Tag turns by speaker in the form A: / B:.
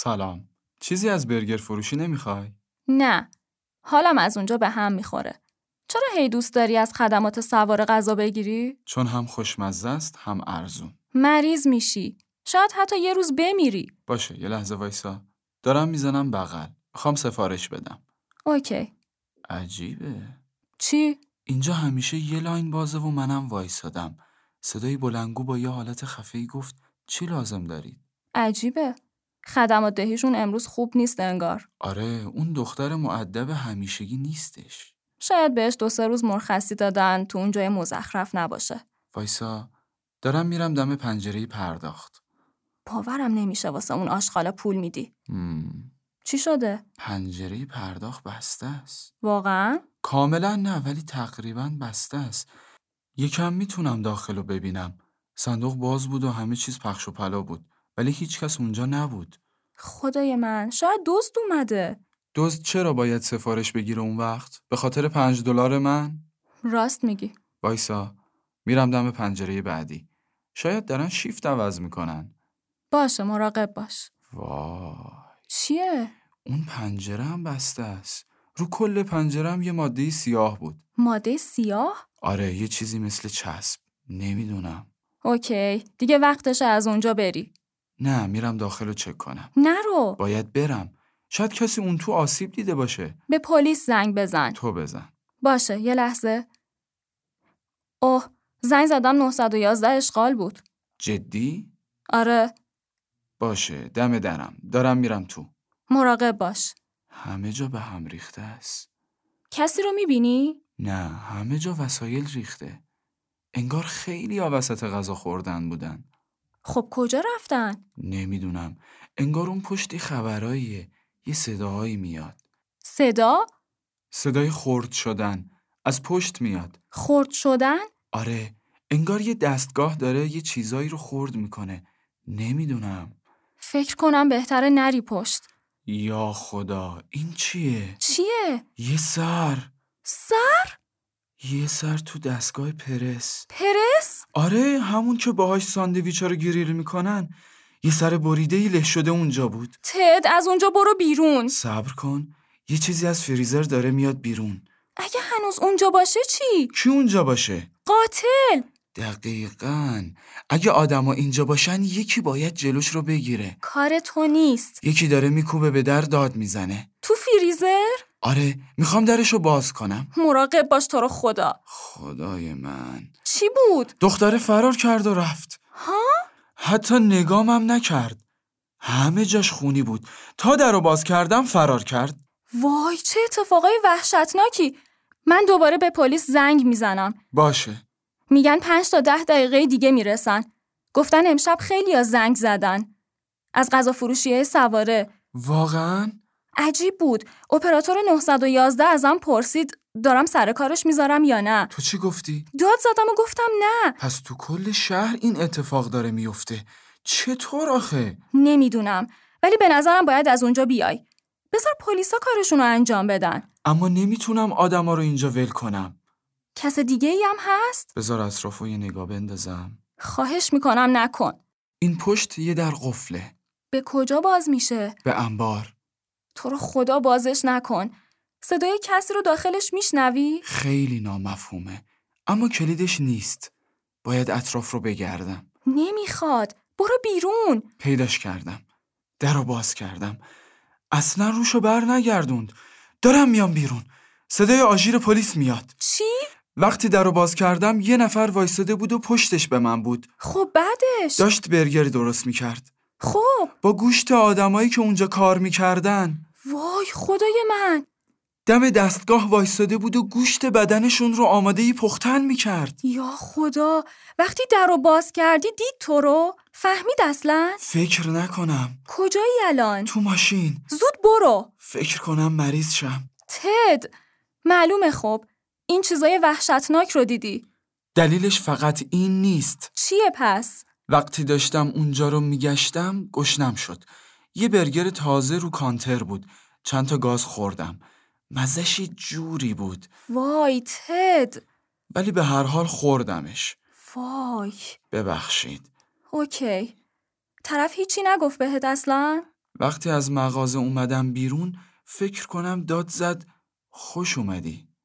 A: سلام. چیزی از برگر فروشی نمیخوای؟
B: نه. حالم از اونجا به هم میخوره. چرا هی دوست داری از خدمات سوار غذا بگیری؟
A: چون هم خوشمزه است هم ارزون.
B: مریض میشی. شاید حتی یه روز بمیری.
A: باشه یه لحظه وایسا. دارم میزنم بغل. میخوام سفارش بدم.
B: اوکی.
A: عجیبه.
B: چی؟
A: اینجا همیشه یه لاین بازه و منم وایسادم. صدای بلنگو با یه حالت خفه‌ای گفت چی لازم دارید؟
B: عجیبه. خدمات دهیشون امروز خوب نیست انگار.
A: آره اون دختر معدب همیشگی نیستش.
B: شاید بهش دو سه روز مرخصی دادن تو اون جای مزخرف نباشه.
A: وایسا دارم میرم دم پنجره پرداخت.
B: باورم نمیشه واسه اون آشغالا پول میدی.
A: مم.
B: چی شده؟
A: پنجره پرداخت بسته است.
B: واقعا؟
A: کاملا نه ولی تقریبا بسته است. یکم میتونم داخل رو ببینم. صندوق باز بود و همه چیز پخش و پلا بود. ولی هیچکس اونجا نبود.
B: خدای من شاید دزد اومده.
A: دزد چرا باید سفارش بگیره اون وقت؟ به خاطر پنج دلار من؟
B: راست میگی.
A: وایسا میرم دم پنجره بعدی. شاید دارن شیفت عوض میکنن.
B: باشه مراقب باش.
A: وای
B: چیه؟
A: اون پنجره هم بسته است. رو کل پنجره هم یه ماده سیاه بود.
B: ماده سیاه؟
A: آره یه چیزی مثل چسب. نمیدونم.
B: اوکی دیگه وقتش از اونجا بری.
A: نه میرم داخل رو چک کنم.
B: نرو
A: باید برم. شاید کسی اون تو آسیب دیده باشه.
B: به پلیس زنگ بزن.
A: تو بزن.
B: باشه یه لحظه. اوه زنگ زدم 911 اشغال بود.
A: جدی؟
B: آره
A: باشه دم درم. دارم میرم تو.
B: مراقب باش.
A: همه جا به هم ریخته است.
B: کسی رو میبینی؟
A: نه همه جا وسایل ریخته. انگار خیلی ها وسط غذا خوردن بودن.
B: خب کجا رفتن؟
A: نمیدونم. انگار اون پشتی خبراییه. یه صداهایی میاد.
B: صدا؟
A: صدای خرد شدن. از پشت میاد.
B: خرد شدن؟
A: آره. انگار یه دستگاه داره یه چیزایی رو خرد میکنه. نمیدونم.
B: فکر کنم بهتره نری پشت.
A: یا خدا این چیه؟
B: چیه؟
A: یه سر
B: سر
A: یه سر تو دستگاه پرس
B: پرس؟
A: آره همون که باهاش ساندویچا رو گریل میکنن یه سر بریده ای له شده اونجا بود
B: تد از اونجا برو بیرون.
A: صبر کن یه چیزی از فریزر داره میاد بیرون
B: اگه هنوز اونجا باشه چی؟
A: کی اونجا باشه
B: قاتل
A: دقیقا اگه آدما اینجا باشن یکی باید جلوش رو بگیره
B: کار تو نیست.
A: یکی داره میکوبه به در داد میزنه
B: تو فریزر؟
A: آره میخوام درش رو باز کنم
B: مراقب باش تو رو خدا.
A: خدای من
B: چی بود؟
A: دختره فرار کرد و رفت
B: ها؟
A: حتی نگامم نکرد همه جاش خونی بود تا در رو باز کردم فرار کرد
B: وای چه اتفاقای وحشتناکی. من دوباره به پلیس زنگ میزنم.
A: باشه
B: میگن پنج تا ده دقیقه دیگه میرسن. گفتن امشب خیلی ها زنگ زدن. از غذا فروشیه سواره.
A: واقعا
B: عجیب بود. اپراتور 911 ازم پرسید دارم سر کارش میذارم یا نه.
A: تو چی گفتی
B: داد زدم و گفتم نه.
A: پس تو کل شهر این اتفاق داره میفته چطور آخه
B: نمیدونم. ولی به نظرم باید از اونجا بیای. بذار پلیسا کارشون رو انجام بدن.
A: اما نمیتونم آدما رو اینجا ول کنم
B: کس دیگه ای هم هست؟
A: بذار اطراف رو یه نگاه بندازم
B: خواهش میکنم نکن.
A: این پشت یه در قفله
B: به کجا باز میشه؟
A: به انبار
B: تو رو خدا بازش نکن. صدای کسی رو داخلش میشنوی؟
A: خیلی نامفهومه اما کلیدش نیست باید اطراف رو بگردم
B: نمیخواد. برو بیرون.
A: پیداش کردم در رو باز کردم اصلا روشو بر نگردوند دارم میام بیرون صدای آژیر پلیس میاد
B: چی؟
A: وقتی در رو باز کردم یه نفر وایستاده بود و پشتش به من بود
B: خب بعدش
A: داشت برگری درست میکرد
B: خب
A: با گوشت آدمایی که اونجا کار میکردن
B: وای خدای من
A: دم دستگاه وایستاده بود و گوشت بدنشون رو آماده ای پختن میکرد
B: یا خدا وقتی در رو باز کردی دید تو رو فهمید اصلا
A: فکر نکنم
B: کجایی الان
A: تو ماشین
B: زود برو
A: فکر کنم مریض شم
B: تد معلومه خب این چیزای وحشتناک رو دیدی
A: دلیلش فقط این نیست
B: چیه پس
A: وقتی داشتم اونجا رو میگشتم گشنم شد یه برگر تازه رو کانتر بود چند تا گاز خوردم مزش یه جوری بود
B: وای تد
A: ولی به هر حال خوردمش
B: وای
A: ببخشید
B: اوکی طرف هیچی نگفت بهت اصلا
A: وقتی از مغازه اومدم بیرون فکر کنم داد زد خوش اومدی.